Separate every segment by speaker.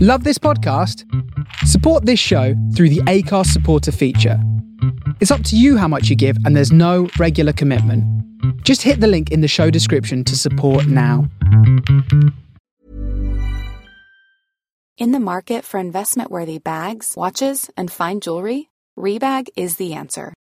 Speaker 1: Love this podcast? Support this show through the ACARS supporter feature. It's up to you how much you give, and there's no regular commitment. Just hit the link in the show description to support now.
Speaker 2: In the market for investment worthy bags, watches, and fine jewelry, Rebag is the answer.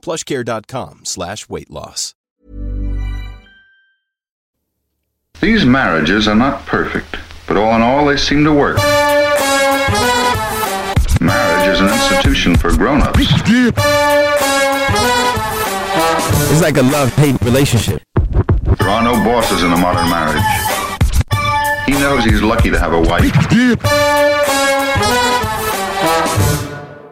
Speaker 3: plushcare.com slash weight loss.
Speaker 4: These marriages are not perfect, but all in all they seem to work. Marriage is an institution for grown-ups.
Speaker 5: It's like a love-hate relationship.
Speaker 4: There are no bosses in a modern marriage. He knows he's lucky to have a wife.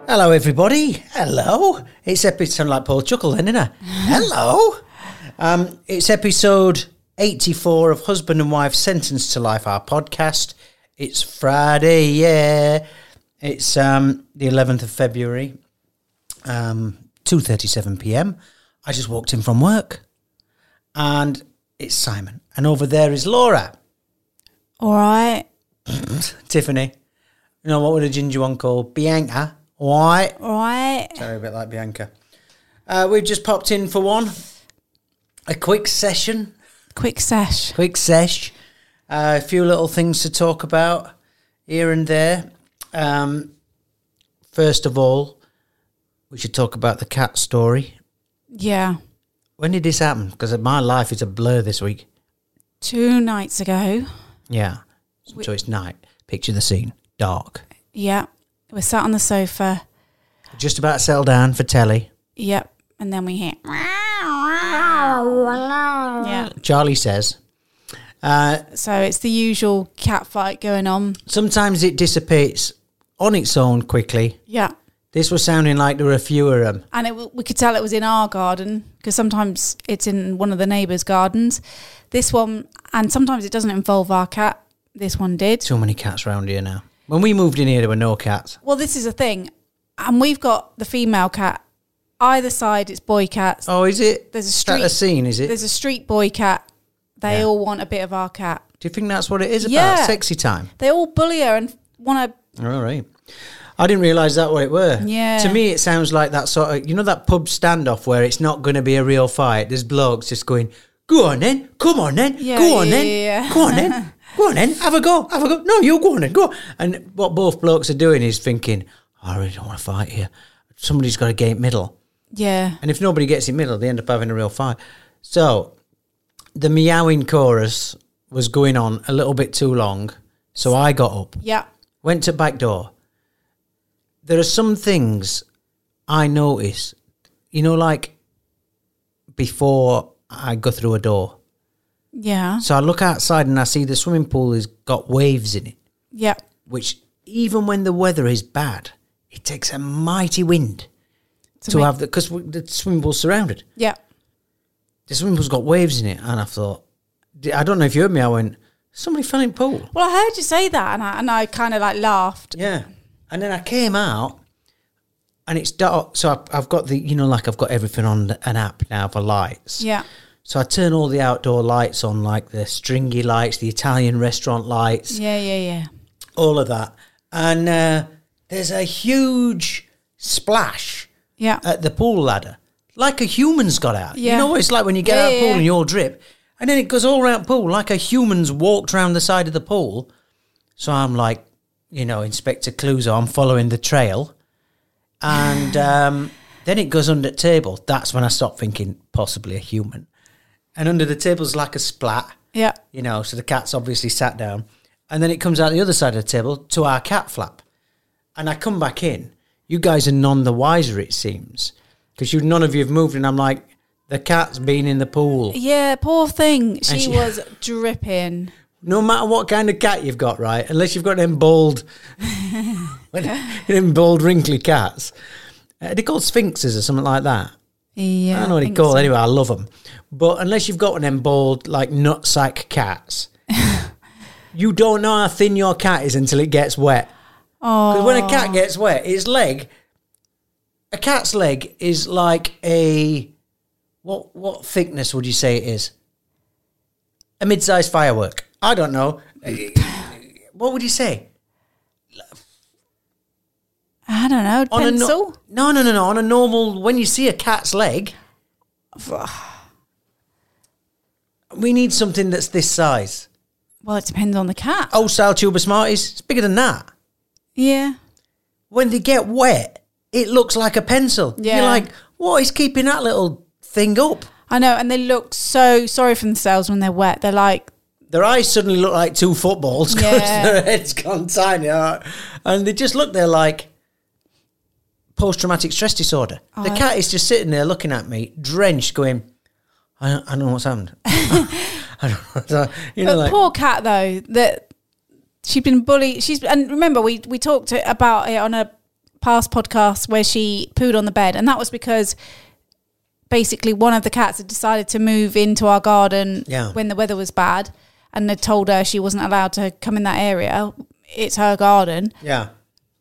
Speaker 6: Hello, everybody. Hello. It's episode. Sound like Paul Chuckle, then, didn't I? Hello. Um, it's episode eighty-four of Husband and Wife Sentenced to Life, our podcast. It's Friday, yeah. It's um, the eleventh of February, um, two thirty-seven p.m. I just walked in from work, and it's Simon, and over there is Laura,
Speaker 7: All right.
Speaker 6: Tiffany. You know what would a ginger one called? Bianca. Why?
Speaker 7: All right.
Speaker 6: Sorry, a bit like Bianca. Uh, we've just popped in for one. A quick session.
Speaker 7: Quick sesh.
Speaker 6: Quick sesh. Uh, a few little things to talk about here and there. Um, first of all, we should talk about the cat story.
Speaker 7: Yeah.
Speaker 6: When did this happen? Because my life is a blur this week.
Speaker 7: Two nights ago.
Speaker 6: Yeah. So it's night. Picture the scene. Dark.
Speaker 7: Yeah. We sat on the sofa.
Speaker 6: Just about settle down for telly.
Speaker 7: Yep. And then we hit. yeah.
Speaker 6: Charlie says, Uh,
Speaker 7: So it's the usual cat fight going on.
Speaker 6: sometimes it dissipates on its own quickly.
Speaker 7: Yeah.
Speaker 6: This was sounding like there were um, a few of them.
Speaker 7: And it, w- we could tell it was in our garden because sometimes it's in one of the neighbours' gardens. This one, and sometimes it doesn't involve our cat. This one did.
Speaker 6: So many cats round here now. When we moved in here, there were no cats.
Speaker 7: Well, this is a thing. And we've got the female cat. Either side, it's boy cats.
Speaker 6: Oh, is it?
Speaker 7: There's a
Speaker 6: Is that
Speaker 7: street.
Speaker 6: a scene, is it?
Speaker 7: There's a street boy cat. They
Speaker 6: Yeah.
Speaker 7: all want a bit of our cat.
Speaker 6: Do you think that's what it is about?
Speaker 7: Yeah.
Speaker 6: Sexy time.
Speaker 7: They all bully her and want to.
Speaker 6: All right. I didn't realise that what it were.
Speaker 7: Yeah.
Speaker 6: To me, it sounds like that sort of you know that pub standoff where it's not going to be a real fight. There's blokes just going, "Go on then, come on then,
Speaker 7: Yeah,
Speaker 6: go on
Speaker 7: yeah,
Speaker 6: then,
Speaker 7: yeah, yeah."
Speaker 6: go on then, go on then, have a go, have a go. No, you go on then, go." And what both blokes are doing is thinking, "Oh, "I really don't want to fight here. Somebody's got to get middle."
Speaker 7: Yeah.
Speaker 6: And if nobody gets in middle, they end up having a real fight. So the meowing chorus was going on a little bit too long. So I got up,
Speaker 7: Yeah.
Speaker 6: went to back door. There are some things I notice, you know, like before I go through a door.
Speaker 7: Yeah.
Speaker 6: So I look outside and I see the swimming pool has got waves in it,
Speaker 7: Yeah.
Speaker 6: which even when the weather is bad, it takes a mighty wind to,
Speaker 7: make-
Speaker 6: have the, because the swimming pool's surrounded.
Speaker 7: Yeah.
Speaker 6: the swimming pool's got waves in it. And I thought, I don't know if you heard me. I went, somebody fell in the pool.
Speaker 7: Well, I heard you say that and I, and I kind of like laughed.
Speaker 6: Yeah. And then I came out and it's dark. So I've, I've got the, you know, like I've got everything on an app now for lights.
Speaker 7: Yeah.
Speaker 6: So I turn all the outdoor lights on, like the stringy lights, the Italian restaurant lights,
Speaker 7: Yeah, yeah, yeah.
Speaker 6: all of that. And uh, there's a huge splash
Speaker 7: Yeah.
Speaker 6: at the pool ladder, like a human's got out. You
Speaker 7: Yeah.
Speaker 6: know what it's like when you get
Speaker 7: Yeah,
Speaker 6: out of
Speaker 7: yeah,
Speaker 6: pool
Speaker 7: yeah.
Speaker 6: and you all drip, and then it goes all round pool like a human's walked round the side of the pool. So I'm like, you know, Inspector Clouseau, I'm following the trail, and um, then it goes under the table. That's when I stop thinking possibly a human, and under the table's like a splat,
Speaker 7: yeah.
Speaker 6: you know. So the cat's obviously sat down, and then it comes out the other side of the table to our cat flap, and I come back in. You guys are none the wiser, it seems, because you none of you have moved, and I'm like, the cat's been in the pool.
Speaker 7: Yeah, poor thing. She,
Speaker 6: she-
Speaker 7: was dripping.
Speaker 6: no matter what kind of cat you've got, right? Unless you've got them bald, them bald, wrinkly cats. Uh, they're called sphinxes or something like that.
Speaker 7: Yeah.
Speaker 6: I don't know what they're
Speaker 7: think
Speaker 6: called.
Speaker 7: so.
Speaker 6: Anyway, I love them. But unless you've got one of them bald, like nutsack cats, you don't know how thin your cat is until it gets wet. Because when a cat gets wet, its leg, a cat's leg is like a, what, what thickness would you say it is? A mid sized firework. I don't know. Eh, what would you say?
Speaker 7: I don't know.
Speaker 6: a no-
Speaker 7: pencil?
Speaker 6: no, no, no, no. On a normal, when you see a cat's leg, we need something that's this size.
Speaker 7: well, it depends on the cat.
Speaker 6: Old style tuber smarties, it's bigger than that.
Speaker 7: Yeah.
Speaker 6: When they get wet, it looks like a pencil.
Speaker 7: Yeah.
Speaker 6: You're like, what is keeping that little thing up?
Speaker 7: I know. And they look so sorry for themselves when they're wet. They're like,
Speaker 6: Their eyes suddenly look like two footballs because
Speaker 7: Yeah.
Speaker 6: their head's gone tiny. uh, And they just look there like post traumatic stress disorder. the
Speaker 7: Oh, I-
Speaker 6: cat is just sitting there looking at me, drenched, going, I don't, I don't know what's happened. I don't know. what's hap- You know,
Speaker 7: but
Speaker 6: like,
Speaker 7: poor cat though that she'd been bullied. She's and remember we we talked about it on a past podcast where she pooed on the bed, and that was because basically one of the cats had decided to move into our garden
Speaker 6: Yeah.
Speaker 7: when the weather was bad, and had told her she wasn't allowed to come in that area. It's her garden,
Speaker 6: yeah,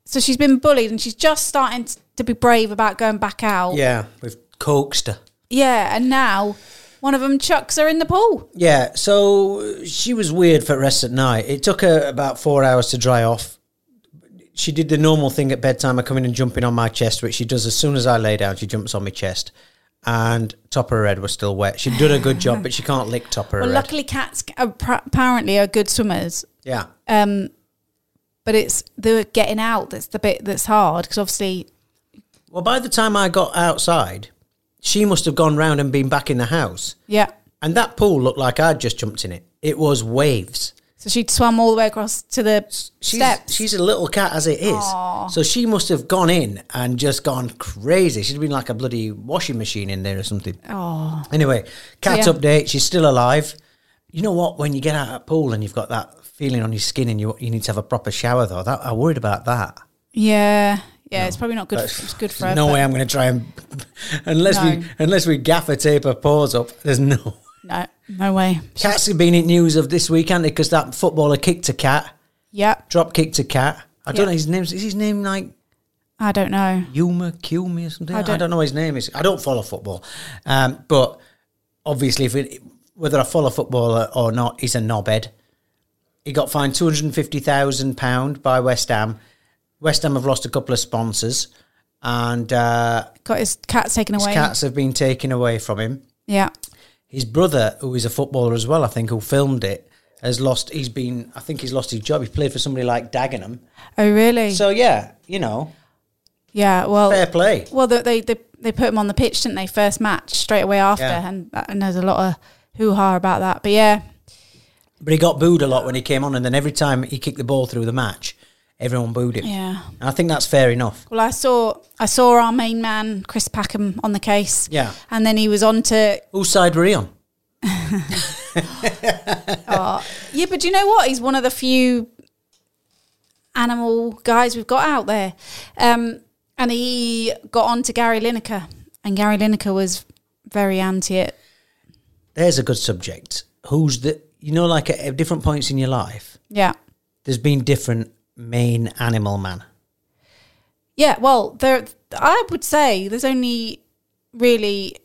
Speaker 7: so she's been bullied, and she's just starting t- to be brave about going back out.
Speaker 6: yeah, we've coaxed her.
Speaker 7: Yeah, and now one of them chucks her in the pool.
Speaker 6: Yeah, so she was weird for the rest of the night. It took her about four hours to dry off. She did the normal thing at bedtime of coming and jumping on my chest, which she does as soon as I lay down. She jumps on my chest, and top of her head was still wet. She'd done a good job, but she can't lick top of her
Speaker 7: Well,
Speaker 6: head.
Speaker 7: luckily cats ca- appa- apparently are good swimmers.
Speaker 6: yeah,
Speaker 7: Um, but it's the getting out that's the bit that's hard because obviously,
Speaker 6: Well, by the time I got outside, she must have gone round and been back in the house.
Speaker 7: yeah.
Speaker 6: And that pool looked like I'd just jumped in it. It was waves.
Speaker 7: So she'd swum all the way across to the
Speaker 6: She's,
Speaker 7: steps.
Speaker 6: she's a little cat as it is. So she must have gone in and just gone crazy. She'd been like a bloody washing machine in there or something.
Speaker 7: oh,
Speaker 6: Anyway, cat
Speaker 7: yeah.
Speaker 6: update. She's still alive. You know what? When you get out of that pool and you've got that feeling on your skin and you, you need to have a proper shower, though, that, I worried about that.
Speaker 7: yeah, yeah. it's probably not good. It's good for her.
Speaker 6: no
Speaker 7: but-
Speaker 6: way I'm going to try and unless
Speaker 7: No.
Speaker 6: we unless we gaffer tape her paws up. There's no
Speaker 7: No, no way.
Speaker 6: cats have been in news of this week, haven't they? Because that footballer kicked a cat,
Speaker 7: Yeah,
Speaker 6: drop kicked a cat. I don't
Speaker 7: Yeah.
Speaker 6: know his name. Is his name like
Speaker 7: I don't know.
Speaker 6: Yuma Kiumi or something? I
Speaker 7: I
Speaker 6: don't,
Speaker 7: don't-
Speaker 6: know what his name is. I don't follow football, um, but obviously, if it, whether I follow football or not, he's a knobhead. He got fined two hundred and fifty thousand pound by West Ham. West Ham have lost a couple of sponsors, and uh,
Speaker 7: Got his cats taken
Speaker 6: his
Speaker 7: away.
Speaker 6: cats have been taken away from him.
Speaker 7: Yeah,
Speaker 6: His brother, who is a footballer as well, I think, who filmed it, has lost. He's been. I think he's lost his job. He played for somebody like Dagenham.
Speaker 7: Oh really?
Speaker 6: So yeah, you know,
Speaker 7: yeah. Well,
Speaker 6: fair play.
Speaker 7: well, they, they they they put him on the pitch, didn't they? First match straight away after,
Speaker 6: Yeah.
Speaker 7: and and there's a lot of hoo ha about that. But yeah,
Speaker 6: But he got booed a lot when he came on, and then every time he kicked the ball through the match, everyone booed him.
Speaker 7: yeah.
Speaker 6: And I think that's fair enough.
Speaker 7: Well, I saw I saw our main man Chris Packham on the case.
Speaker 6: Yeah.
Speaker 7: and then he was on to
Speaker 6: Whose side were he on?
Speaker 7: yeah. But do you know what? He's one of the few animal guys we've got out there, um, and he got on to Gary Lineker, and Gary Lineker was very anti it.
Speaker 6: There's a good subject. Who's the? You know, like at, at different points in your life,
Speaker 7: Yeah,
Speaker 6: there's been different main animal man.
Speaker 7: yeah. Well, there I would say there's only really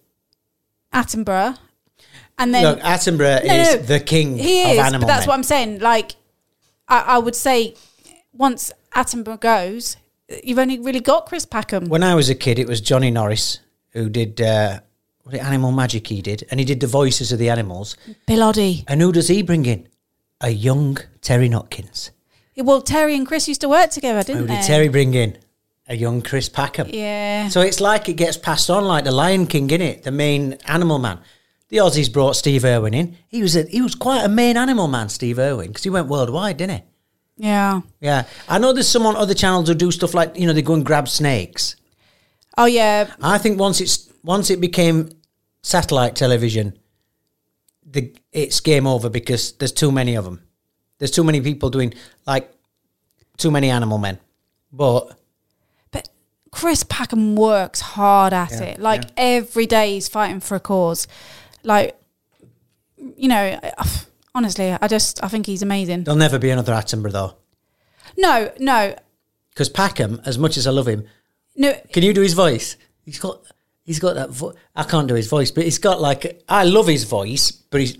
Speaker 7: Attenborough, and then
Speaker 6: Look, Attenborough
Speaker 7: No,
Speaker 6: is
Speaker 7: no,
Speaker 6: the king
Speaker 7: he
Speaker 6: of
Speaker 7: is,
Speaker 6: animal
Speaker 7: but that's
Speaker 6: men.
Speaker 7: what I'm saying. Like, I, I would say once Attenborough goes, you've only really got Chris Packham.
Speaker 6: When I was a kid, it was Johnny Norris who did uh, what did Animal Magic. He did, and he did the voices of the animals.
Speaker 7: Bilotti.
Speaker 6: And who does he bring in? A young Terry Notkins.
Speaker 7: Well, Terry and Chris used to work together, didn't
Speaker 6: Who
Speaker 7: they?
Speaker 6: Oh, did Terry bring in? A young Chris Packham.
Speaker 7: Yeah.
Speaker 6: So it's like it gets passed on, like the Lion King, innit? The main animal man. The Aussies brought Steve Irwin in. He was a, he was quite a main animal man, Steve Irwin, because he went worldwide, didn't he?
Speaker 7: yeah.
Speaker 6: Yeah, I know there's some on other channels who do stuff like you know they go and grab snakes.
Speaker 7: Oh yeah.
Speaker 6: I think once it's once it became satellite television, the it's game over because there's too many of them. There's too many people doing like too many animal men. But
Speaker 7: But Chris Packham works hard at
Speaker 6: Yeah,
Speaker 7: it. Like every day he's fighting for a cause. Like, you know, I- honestly, I just I think he's amazing.
Speaker 6: there'll never be another Attenborough though,
Speaker 7: No, no,
Speaker 6: because Packham, as much as I love him,
Speaker 7: no.
Speaker 6: can you do his voice? He's got he's got that. Vo- I can't do his voice, but he's got like I love his voice, but he's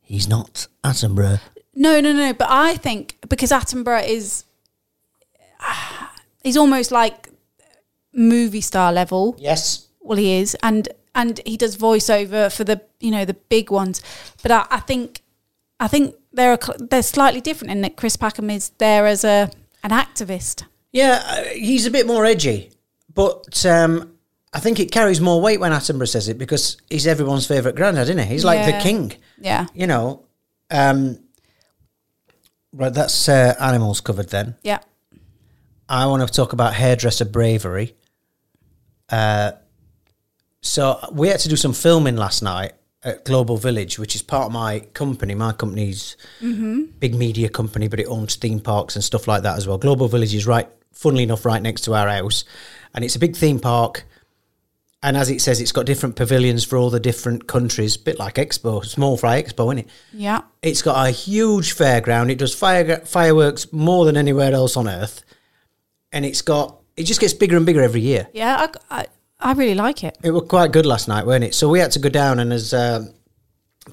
Speaker 6: he's not Attenborough.
Speaker 7: No, no, no. But I think because Attenborough is, he's almost like movie star level.
Speaker 6: Yes,
Speaker 7: Well, he is, and and he does voiceover for the you know the big ones. But I, I think, I think they're a, cl- they're slightly different in that Chris Packham is there as a an activist.
Speaker 6: Yeah, uh, he's a bit more edgy, but um, I think it carries more weight when Attenborough says it because he's everyone's favourite granddad, isn't he? He's like the
Speaker 7: Yeah.
Speaker 6: king,
Speaker 7: Yeah,
Speaker 6: you know. Um, right, that's uh, animals covered then.
Speaker 7: yeah.
Speaker 6: I want to talk about hairdresser bravery. Uh, so we had to do some filming last night at Global Village, which is part of my company. My company's big media company, but it owns theme parks and stuff like that as well. Global Village is right, funnily enough, right next to our house, and it's a big theme park. And as it says, it's got different pavilions for all the different countries, bit like Expo, Small Fry Expo, isn't it?
Speaker 7: Yeah.
Speaker 6: It's got a huge fairground. It does fire, fireworks more than anywhere else on earth, and it's got it just gets bigger and bigger every year.
Speaker 7: Yeah. I, I, I really like it.
Speaker 6: It were quite good last night, weren't it? So we had to go down, and as um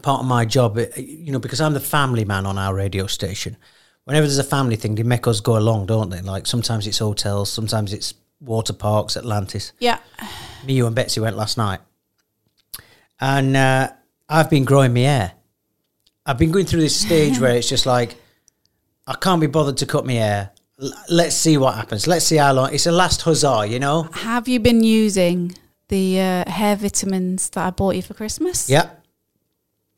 Speaker 6: part of my job, it- you know, because I'm the family man on our radio station. Whenever there's a family thing, they make us go along, don't they? Like sometimes it's hotels, sometimes it's water parks, Atlantis
Speaker 7: Yeah.
Speaker 6: me, you, and Betsy went last night, and uh, I've been growing my hair. I've been going through this stage where it's just like I can't be bothered to cut my hair. L- let's see what happens. Let's see how long. It's a last huzzah, you know.
Speaker 7: Have you been using the uh, hair vitamins that I bought you for Christmas?
Speaker 6: Yeah.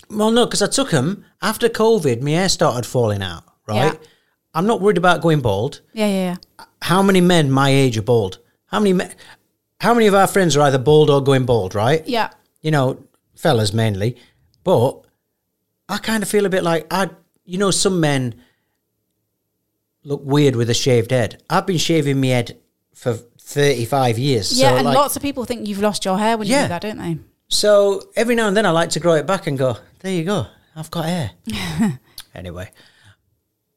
Speaker 6: Well, no, because I took them after COVID. My hair started falling out. Right.
Speaker 7: Yeah.
Speaker 6: I'm not worried about going bald.
Speaker 7: Yeah. Yeah. yeah.
Speaker 6: How many men my age are bald? How many men? How many of our friends are either bald or going bald? Right.
Speaker 7: Yeah.
Speaker 6: you know, fellas mainly. But I kind of feel a bit like I, you know, some men look weird with a shaved head. I've been shaving my head for thirty-five years.
Speaker 7: yeah,
Speaker 6: so
Speaker 7: and
Speaker 6: like,
Speaker 7: lots of people think you've lost your hair when you
Speaker 6: Yeah.
Speaker 7: do that, don't they?
Speaker 6: So every now and then I like to grow it back and go, there you go, I've got hair. anyway,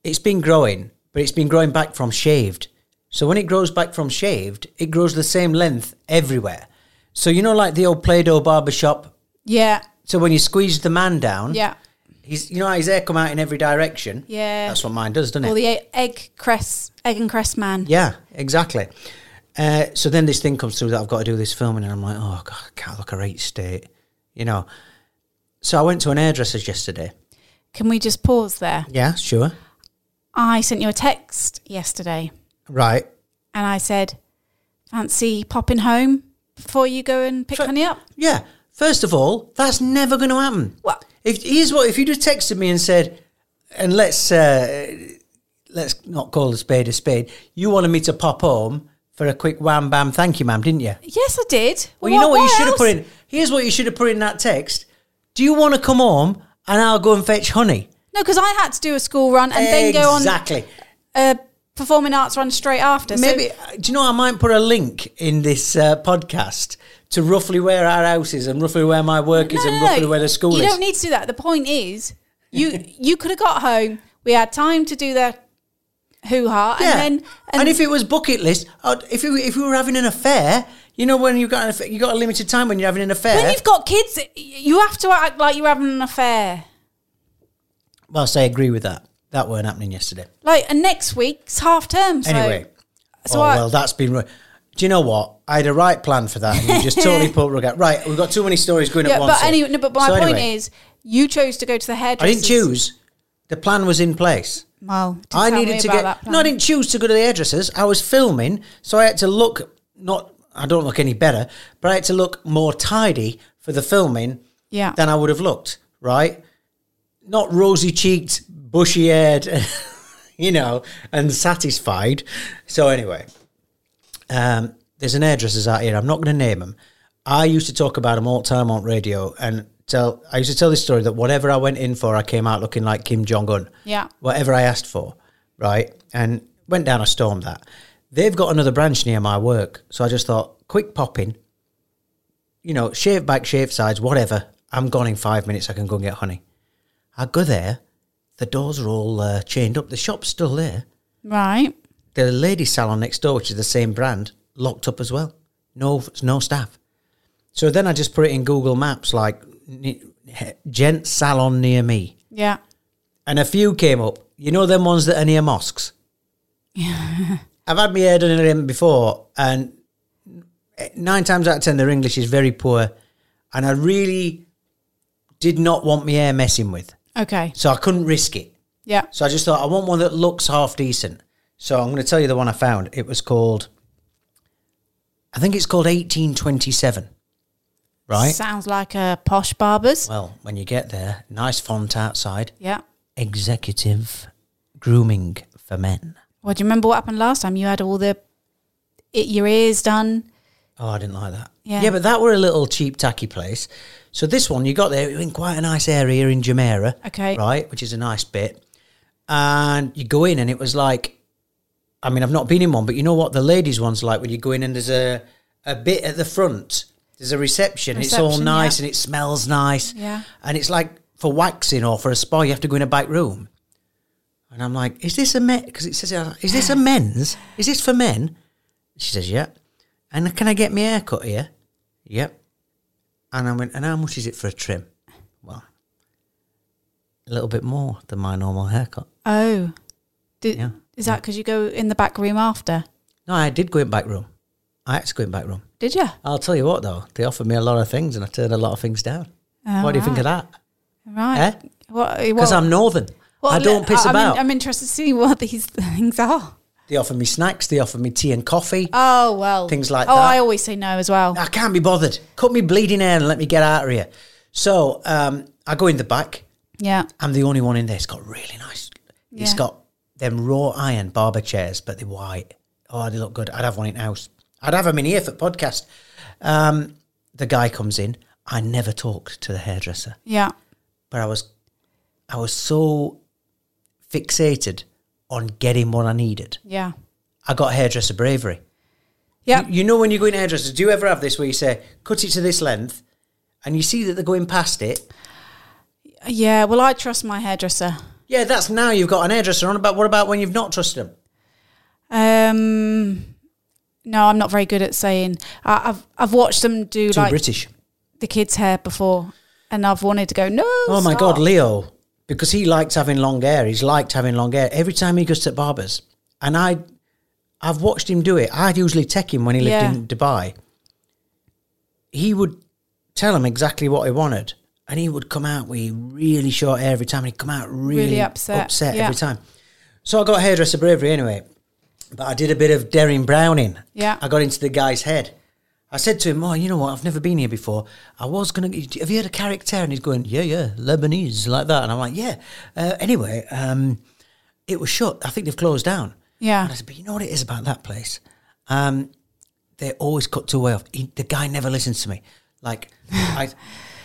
Speaker 6: it's been growing, but it's been growing back from shaved. So when it grows back from shaved, it grows the same length everywhere. So you know, like the old Play-Doh barber shop.
Speaker 7: Yeah.
Speaker 6: So when you squeeze the man down,
Speaker 7: Yeah.
Speaker 6: He's, you know how his hair come out in every direction?
Speaker 7: Yeah.
Speaker 6: That's what mine does, doesn't it?
Speaker 7: Or the e- egg cress, egg and cress man.
Speaker 6: yeah, exactly. Uh, so then this thing comes through that I've got to do this filming, and I'm like, oh, God, I can't look a right state, you know. So I went to an hairdresser's yesterday.
Speaker 7: Can we just pause there?
Speaker 6: Yeah, sure.
Speaker 7: I sent you a text yesterday
Speaker 6: Right.
Speaker 7: and I said, fancy popping home before you go and pick
Speaker 6: Fa-
Speaker 7: honey up?
Speaker 6: Yeah. First of all, that's never going to happen.
Speaker 7: Well,
Speaker 6: If here's what if you'd have texted me and said, and let's uh, let's not call a spade a spade. You wanted me to pop home for a quick wham bam, thank you, ma'am, didn't you?
Speaker 7: yes, I did.
Speaker 6: Well, you know what, you should have
Speaker 7: else?
Speaker 6: put in. Here's what you should have put in that text. Do you want to come home and I'll go and fetch honey?
Speaker 7: No, because I had to do a school run and then go on
Speaker 6: exactly.
Speaker 7: a performing arts run straight after. So-
Speaker 6: Maybe uh, do you know? I might put a link in this uh, podcast to roughly where our house is and roughly where my work is and roughly where the school
Speaker 7: you
Speaker 6: is.
Speaker 7: don't need to do that. The point is, you you could have got home. We had time to do the hoo ha,
Speaker 6: yeah.
Speaker 7: and then
Speaker 6: and, if it was bucket list, I'd- if we, if we were having an affair, You know when you got an affair, you got a limited time when you're having an affair.
Speaker 7: When you've got kids, you have to act like you're having an affair.
Speaker 6: Whilst I agree with that, that weren't happening yesterday.
Speaker 7: Like, and next week's half term. So,
Speaker 6: Anyway,
Speaker 7: so
Speaker 6: oh
Speaker 7: I-
Speaker 6: well, that's been. ru- Do you know what? I had a right plan for that, and you just totally put rug out. Right, we've got too many stories going
Speaker 7: yeah,
Speaker 6: at once.
Speaker 7: but
Speaker 6: here.
Speaker 7: anyway, no, but my
Speaker 6: So
Speaker 7: point
Speaker 6: anyway,
Speaker 7: is, you chose to go to the hairdresser.
Speaker 6: I didn't choose. The plan was in place.
Speaker 7: Well, didn't
Speaker 6: I
Speaker 7: tell me
Speaker 6: needed to
Speaker 7: about
Speaker 6: get.
Speaker 7: that plan.
Speaker 6: No, I didn't choose to go to the hairdressers. I was filming, so I had to look not. I don't look any better, but I had to look more tidy for the filming
Speaker 7: Yeah.
Speaker 6: than I would have looked. Right, not rosy cheeked, bushy haired, you know, and satisfied. So anyway, um, there's an hairdressers out here. I'm not going to name them. I used to talk about them all the time on radio and tell. I used to tell this story that whatever I went in for, I came out looking like Kim Jong Un
Speaker 7: yeah.
Speaker 6: whatever I asked for, right? And went down, I stormed that. They've got another branch near my work. So I just thought, quick pop in, you know, shave back, shave sides, whatever. I'm gone in five minutes. I can go and get honey. I go there. The doors are all uh, chained up. The shop's still there.
Speaker 7: Right.
Speaker 6: The ladies' salon next door, which is the same brand, locked up as well. No, no staff. So then I just put it in Google Maps, like n- gent salon near me
Speaker 7: Yeah.
Speaker 6: and a few came up. You know them ones that are near mosques. I've had my hair done in them before, and nine times out of ten, their English is very poor, and I really did not want my hair messing with,
Speaker 7: Okay.
Speaker 6: so I couldn't risk it.
Speaker 7: Yeah.
Speaker 6: So I just thought I want one that looks half decent. So I'm going to tell you the one I found. It was called, I think it's called 1827, right?
Speaker 7: Sounds like a posh barber's.
Speaker 6: Well, when you get there, nice font outside
Speaker 7: yeah.
Speaker 6: executive grooming for men.
Speaker 7: Well, do you remember what happened last time? You had all the it, your ears done.
Speaker 6: Oh, I didn't like that.
Speaker 7: Yeah.
Speaker 6: but that were a little cheap, tacky place. So this one, you got there in quite a nice area in Jumeirah.
Speaker 7: Okay.
Speaker 6: Right, which is a nice bit. And you go in and it was like, I mean, I've not been in one, but you know what the ladies' one's like when you go in and there's a, a bit at the front, there's a reception, it's all
Speaker 7: Reception,
Speaker 6: nice
Speaker 7: yeah.
Speaker 6: and it smells nice.
Speaker 7: Yeah.
Speaker 6: And it's like for waxing or for a spa, you have to go in a back room. And I'm like, is this a men? Because it says, it, I was like, is this a men's? Is this for men? She says, yeah. And can I get my hair cut here? Yep. And I went, and how much is it for a trim? Well, a little bit more than my normal haircut.
Speaker 7: Oh. Did,
Speaker 6: Yeah.
Speaker 7: Is that because you go in the back room after?
Speaker 6: No, I did go in back room. I had to go in back room.
Speaker 7: Did you?
Speaker 6: I'll tell you what though, they offered me a lot of things and I turned a lot of things down. what do you think of that?
Speaker 7: Right.
Speaker 6: Eh?
Speaker 7: What?
Speaker 6: Because
Speaker 7: what-
Speaker 6: I'm northern.
Speaker 7: what-
Speaker 6: I don't piss
Speaker 7: I'm in-
Speaker 6: about.
Speaker 7: I'm interested to see what these things are.
Speaker 6: They offered me snacks. They offered me tea and coffee.
Speaker 7: Oh well.
Speaker 6: Things like
Speaker 7: oh,
Speaker 6: that.
Speaker 7: I always say no as well.
Speaker 6: I can't be bothered. Cut me bleeding hair and let me get out of here. So um, I go in the back.
Speaker 7: Yeah.
Speaker 6: I'm the only one in there. It's got really nice. It's
Speaker 7: Yeah.
Speaker 6: got them raw iron barber chairs, but they're white. Oh, they look good. I'd have one in house. I'd have them in here for podcast. Um, the guy comes in. I never talked to the hairdresser,
Speaker 7: Yeah.
Speaker 6: but I was, I was so fixated on getting what I needed.
Speaker 7: Yeah.
Speaker 6: I got hairdresser bravery.
Speaker 7: Yeah.
Speaker 6: You know when you go in hairdressers, do you ever have this where you say, cut it to this length, and you see that they're going past it?
Speaker 7: Yeah. Well, I trust my hairdresser.
Speaker 6: Yeah, that's now you've got an hairdresser on about what about when you've not trusted them?
Speaker 7: Um, no, I'm not very good at saying. I, I've I've watched them do
Speaker 6: Too
Speaker 7: like
Speaker 6: British.
Speaker 7: the kids' hair before, and I've wanted to go. No.
Speaker 6: Oh my
Speaker 7: stop."
Speaker 6: god, Leo. Because he likes having long hair. He's liked having long hair. Every time he goes to barbers, and I I've watched him do it. I'd usually take him when he lived
Speaker 7: Yeah.
Speaker 6: in Dubai. He would tell him exactly what he wanted. And he would come out with really short hair every time. and He'd come out really,
Speaker 7: Really upset,
Speaker 6: upset
Speaker 7: yeah.
Speaker 6: every time. So I got hairdresser bravery anyway. But I did a bit of Derrin Browning.
Speaker 7: Yeah.
Speaker 6: I got into the guy's head. I said to him, Oh, you know what? I've never been here before. I was going to. Have you heard of character? And he's going, Yeah, yeah, Lebanese, like that. And I'm like, Yeah. Uh, anyway, um, it was shut. I think they've closed down.
Speaker 7: Yeah.
Speaker 6: And I said, But you know what it is about that place? Um, they always cut two way off. He, the guy never listens to me. Like, I,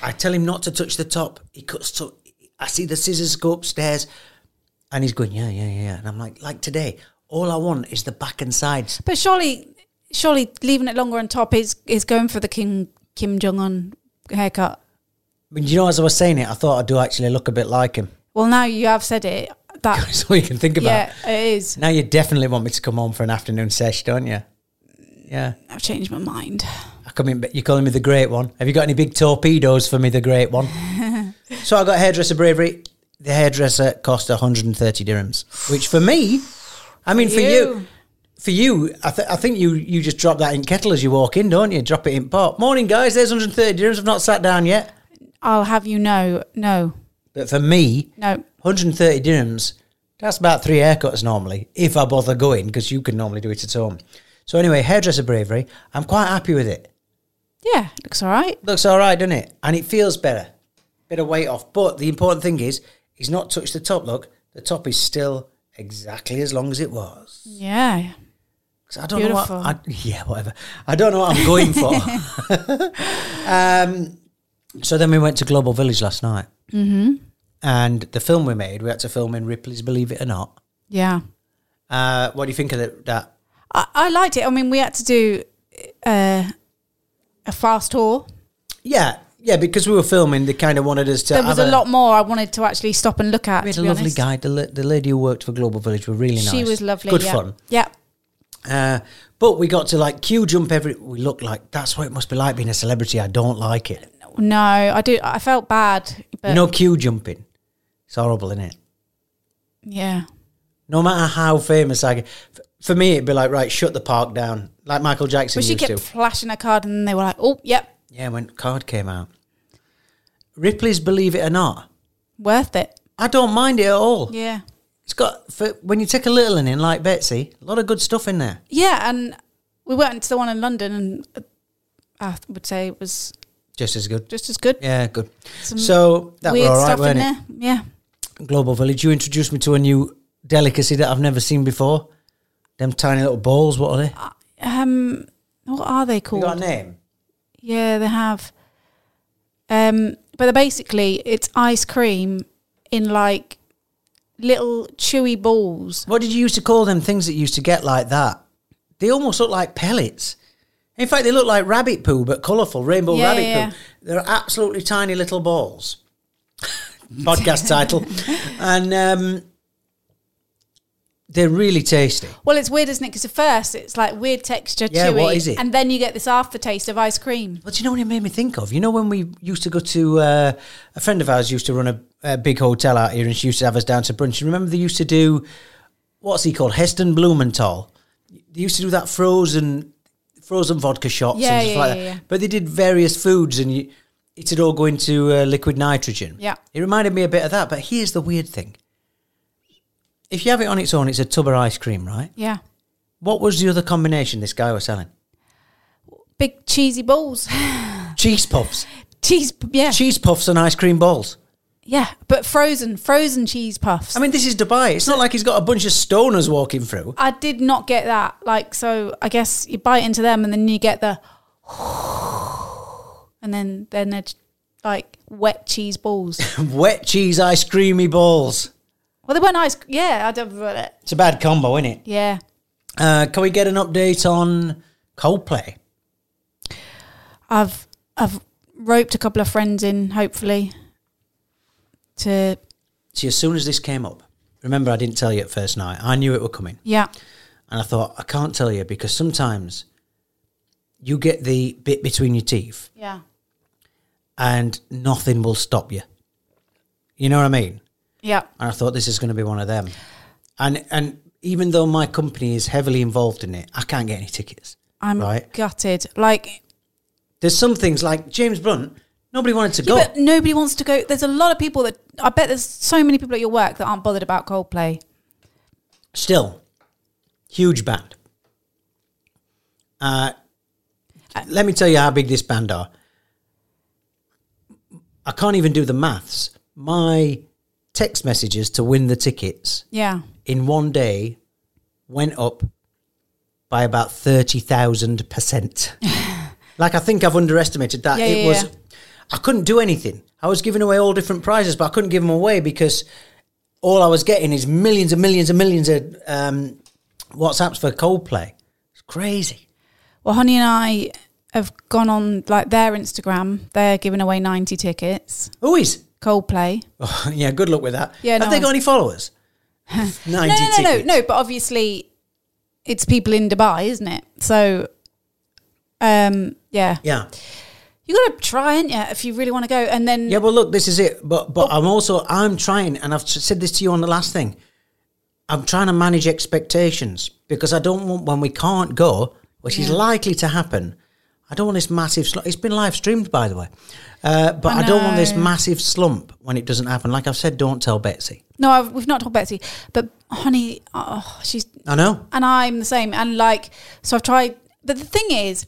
Speaker 6: I tell him not to touch the top. He cuts to. I see the scissors go upstairs. And he's going, yeah, yeah, yeah. And I'm like, like today, all I want is the back and sides.
Speaker 7: But surely, surely leaving it longer on top is is going for the Kim Kim Jong Un haircut.
Speaker 6: I mean, you know, as I was saying it, I thought I do actually look a bit like him.
Speaker 7: Well, now you have said it. That
Speaker 6: That's all you can think about.
Speaker 7: yeah, it is.
Speaker 6: Now you definitely want me to come home for an afternoon sesh, don't you? Yeah.
Speaker 7: I've changed my mind.
Speaker 6: I come in, but you're calling me the great one. Have you got any big torpedoes for me, the great one? so I got hairdresser bravery. The hairdresser cost 130 dirhams, which for me, I mean, for you, for you, I, th- I think you you just drop that in kettle as you walk in, don't you? Drop it in pot. Morning, guys. There's 130 dirhams. I've not sat down yet.
Speaker 7: I'll have you know, no,
Speaker 6: But for me,
Speaker 7: no.
Speaker 6: 130 dirhams, that's about three haircuts normally, if I bother going, because you can normally do it at home. So anyway, hairdresser bravery, I'm quite happy with it.
Speaker 7: Yeah, looks all right.
Speaker 6: Looks all right, doesn't it? And it feels better. Bit of weight off. But the important thing is, he's not touched the top. Look, the top is still exactly as long as it was.
Speaker 7: Yeah.
Speaker 6: 'Cause I don't
Speaker 7: Beautiful.
Speaker 6: know what. I, yeah, whatever. I don't know what I'm going for. um, so then we went to Global Village last night. Mm-hmm. And the film we made, we had to film in Ripley's Believe It or Not.
Speaker 7: Yeah.
Speaker 6: Uh, what do you think of that? that?
Speaker 7: I, I liked it. I mean, we had to do uh, a fast tour.
Speaker 6: Yeah, yeah, because we were filming, they kind of wanted us to.
Speaker 7: There was
Speaker 6: have
Speaker 7: a lot more I wanted to actually stop and look at.
Speaker 6: We had
Speaker 7: to
Speaker 6: a
Speaker 7: be
Speaker 6: lovely
Speaker 7: honest.
Speaker 6: guide. The, la- the lady who worked for Global Village were really nice.
Speaker 7: She was lovely.
Speaker 6: Good
Speaker 7: yeah.
Speaker 6: fun.
Speaker 7: Yeah.
Speaker 6: Uh, but we got to like queue jump every. We looked like that's what it must be like being a celebrity. I don't like it.
Speaker 7: No, I do. I felt bad, but
Speaker 6: You know, queue jumping. It's horrible, isn't it?
Speaker 7: yeah,
Speaker 6: No matter how famous I get, f- for me it'd be like right, shut the park down, like Michael Jackson
Speaker 7: but she
Speaker 6: used
Speaker 7: kept
Speaker 6: to.
Speaker 7: flashing her card, and they were like, "Oh, yep,
Speaker 6: yeah, when card came out, Ripley's Believe It or Not.
Speaker 7: worth it."
Speaker 6: I don't mind it at all.
Speaker 7: Yeah,
Speaker 6: It's got for, when you take a little one in, like Betsy, a lot of good stuff in there.
Speaker 7: yeah, and we went to the one in London, and uh, I would say it was
Speaker 6: Just as good.
Speaker 7: just as good.
Speaker 6: Yeah, good. so that were
Speaker 7: Weird
Speaker 6: all right,
Speaker 7: stuff in
Speaker 6: weren't it?
Speaker 7: there. Yeah,
Speaker 6: Global Village, you introduced me to a new delicacy that I've never seen before. Them tiny little balls, what are they?
Speaker 7: um, what are they
Speaker 6: You
Speaker 7: called?
Speaker 6: got a name?
Speaker 7: Yeah, they have. Um, but they're basically it's ice cream in like little chewy balls.
Speaker 6: What did you used to call them things that you used to get like that? They almost look like pellets. In fact, they look like rabbit poo, but colourful, rainbow
Speaker 7: Yeah,
Speaker 6: rabbit
Speaker 7: yeah,
Speaker 6: poo. They're absolutely tiny little balls. Podcast title. And um, they're really tasty.
Speaker 7: Well, it's weird, isn't it? Because at first it's like weird texture,
Speaker 6: Yeah,
Speaker 7: chewy,
Speaker 6: what is it?
Speaker 7: and then you get this aftertaste of ice cream.
Speaker 6: But do you know what it made me think of? You know when we used to go to uh, a friend of ours used to run a, a big hotel out here, and she used to have us down to brunch. And remember they used to do what's he called Heston Blumenthal? They used to do that frozen frozen vodka shots
Speaker 7: Yeah,
Speaker 6: and stuff
Speaker 7: yeah,
Speaker 6: like
Speaker 7: yeah,
Speaker 6: that.
Speaker 7: yeah.
Speaker 6: But they did various foods, and you, it'd all go into uh, liquid nitrogen.
Speaker 7: Yeah.
Speaker 6: it reminded me a bit of that. But here's the weird thing: if you have it on its own, it's a tub of ice cream, right?
Speaker 7: Yeah,
Speaker 6: What was the other combination this guy was selling?
Speaker 7: big cheesy balls,
Speaker 6: Cheese puffs,
Speaker 7: cheese. Yeah,
Speaker 6: cheese puffs, and ice cream balls.
Speaker 7: yeah, but frozen, frozen cheese puffs.
Speaker 6: I mean, this is Dubai. It's not like he's got a bunch of stoners walking through.
Speaker 7: I did not get that. Like, so I guess you bite into them, and then you get the, and then then they're like wet cheese balls.
Speaker 6: Wet cheese ice creamy balls.
Speaker 7: Well, they weren't ice. Yeah, I don't. it.
Speaker 6: It's a bad combo, isn't it?
Speaker 7: Yeah,
Speaker 6: Uh, can we get an update on Coldplay?
Speaker 7: I've I've roped a couple of friends in, hopefully, to
Speaker 6: See, as soon as this came up, remember I didn't tell you at first night. I knew it were coming.
Speaker 7: yeah
Speaker 6: And I thought, I can't tell you because sometimes you get the bit between your teeth
Speaker 7: yeah
Speaker 6: and nothing will stop you. You know what I mean?
Speaker 7: yeah.
Speaker 6: and I thought this is going to be one of them. And and even though my company is heavily involved in it, I can't get any tickets.
Speaker 7: I'm
Speaker 6: right.
Speaker 7: gutted. Like,
Speaker 6: There's some things like James Blunt. Nobody wanted to
Speaker 7: yeah,
Speaker 6: go.
Speaker 7: but nobody wants to go. There's a lot of people that I bet there's so many people at your work that aren't bothered about Coldplay.
Speaker 6: Still, huge band. Uh, let me tell you how big this band are. I can't even do the maths. My text messages to win the tickets
Speaker 7: Yeah,
Speaker 6: in one day went up by about 30,000%. like, I think I've underestimated that.
Speaker 7: Yeah,
Speaker 6: it
Speaker 7: yeah,
Speaker 6: was,
Speaker 7: yeah.
Speaker 6: I couldn't do anything. I was giving away all different prizes, but I couldn't give them away because all I was getting is millions and millions and millions of um, WhatsApps for Coldplay. It's crazy.
Speaker 7: Well, Honey and I have gone on like their Instagram. They're giving away 90 tickets.
Speaker 6: Who is?
Speaker 7: Coldplay.
Speaker 6: Oh, yeah, good luck with that.
Speaker 7: Yeah,
Speaker 6: Have
Speaker 7: no.
Speaker 6: they got any followers? 90
Speaker 7: no, no, no,
Speaker 6: tickets.
Speaker 7: no, no. But obviously, it's people in Dubai, isn't it? So Um, yeah.
Speaker 6: Yeah.
Speaker 7: You got to try, ain't you, if you really want to go. And then,
Speaker 6: Yeah, well, look, this is it. But but I'm also I'm trying, and I've s- said this to you on the last thing. I'm trying to manage expectations because I don't want when we can't go, which is likely to happen. I don't want this massive. Sl- it's been live streamed, by the way, uh, but I, don't want this massive slump when it doesn't happen. Like I've said, don't tell Betsy.
Speaker 7: no, I've, we've not told Betsy, but honey, oh, she's
Speaker 6: I know.
Speaker 7: and I'm the same. And like, so I've tried. But the thing is,